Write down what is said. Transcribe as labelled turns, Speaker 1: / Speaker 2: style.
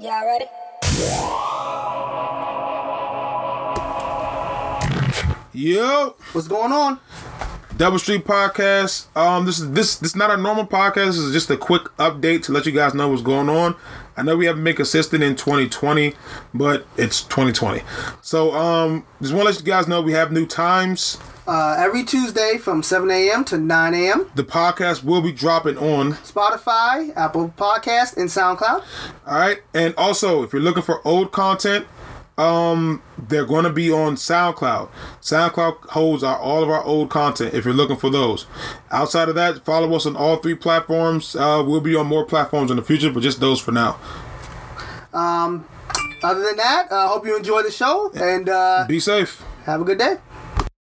Speaker 1: Y'all ready?
Speaker 2: Yo,
Speaker 3: What's going on?
Speaker 2: Double Street Podcast. Um, this is this this is not a normal podcast. This is just a quick update to let you guys know what's going on. I know we haven't been consistent in 2020, but it's 2020. So um, just want to let you guys know we have new times.
Speaker 3: Uh, every Tuesday from 7 a.m. to 9 a.m.
Speaker 2: The podcast will be dropping on.
Speaker 3: Spotify, Apple Podcast, and SoundCloud.
Speaker 2: All right, and also if you're looking for old content. Um, they're going to be on SoundCloud. SoundCloud holds our, all of our old content. If you're looking for those, outside of that, follow us on all three platforms. Uh, we'll be on more platforms in the future, but just those for now.
Speaker 3: Other than that, I uh, hope you enjoy the show and uh,
Speaker 2: Be safe.
Speaker 3: have a good day.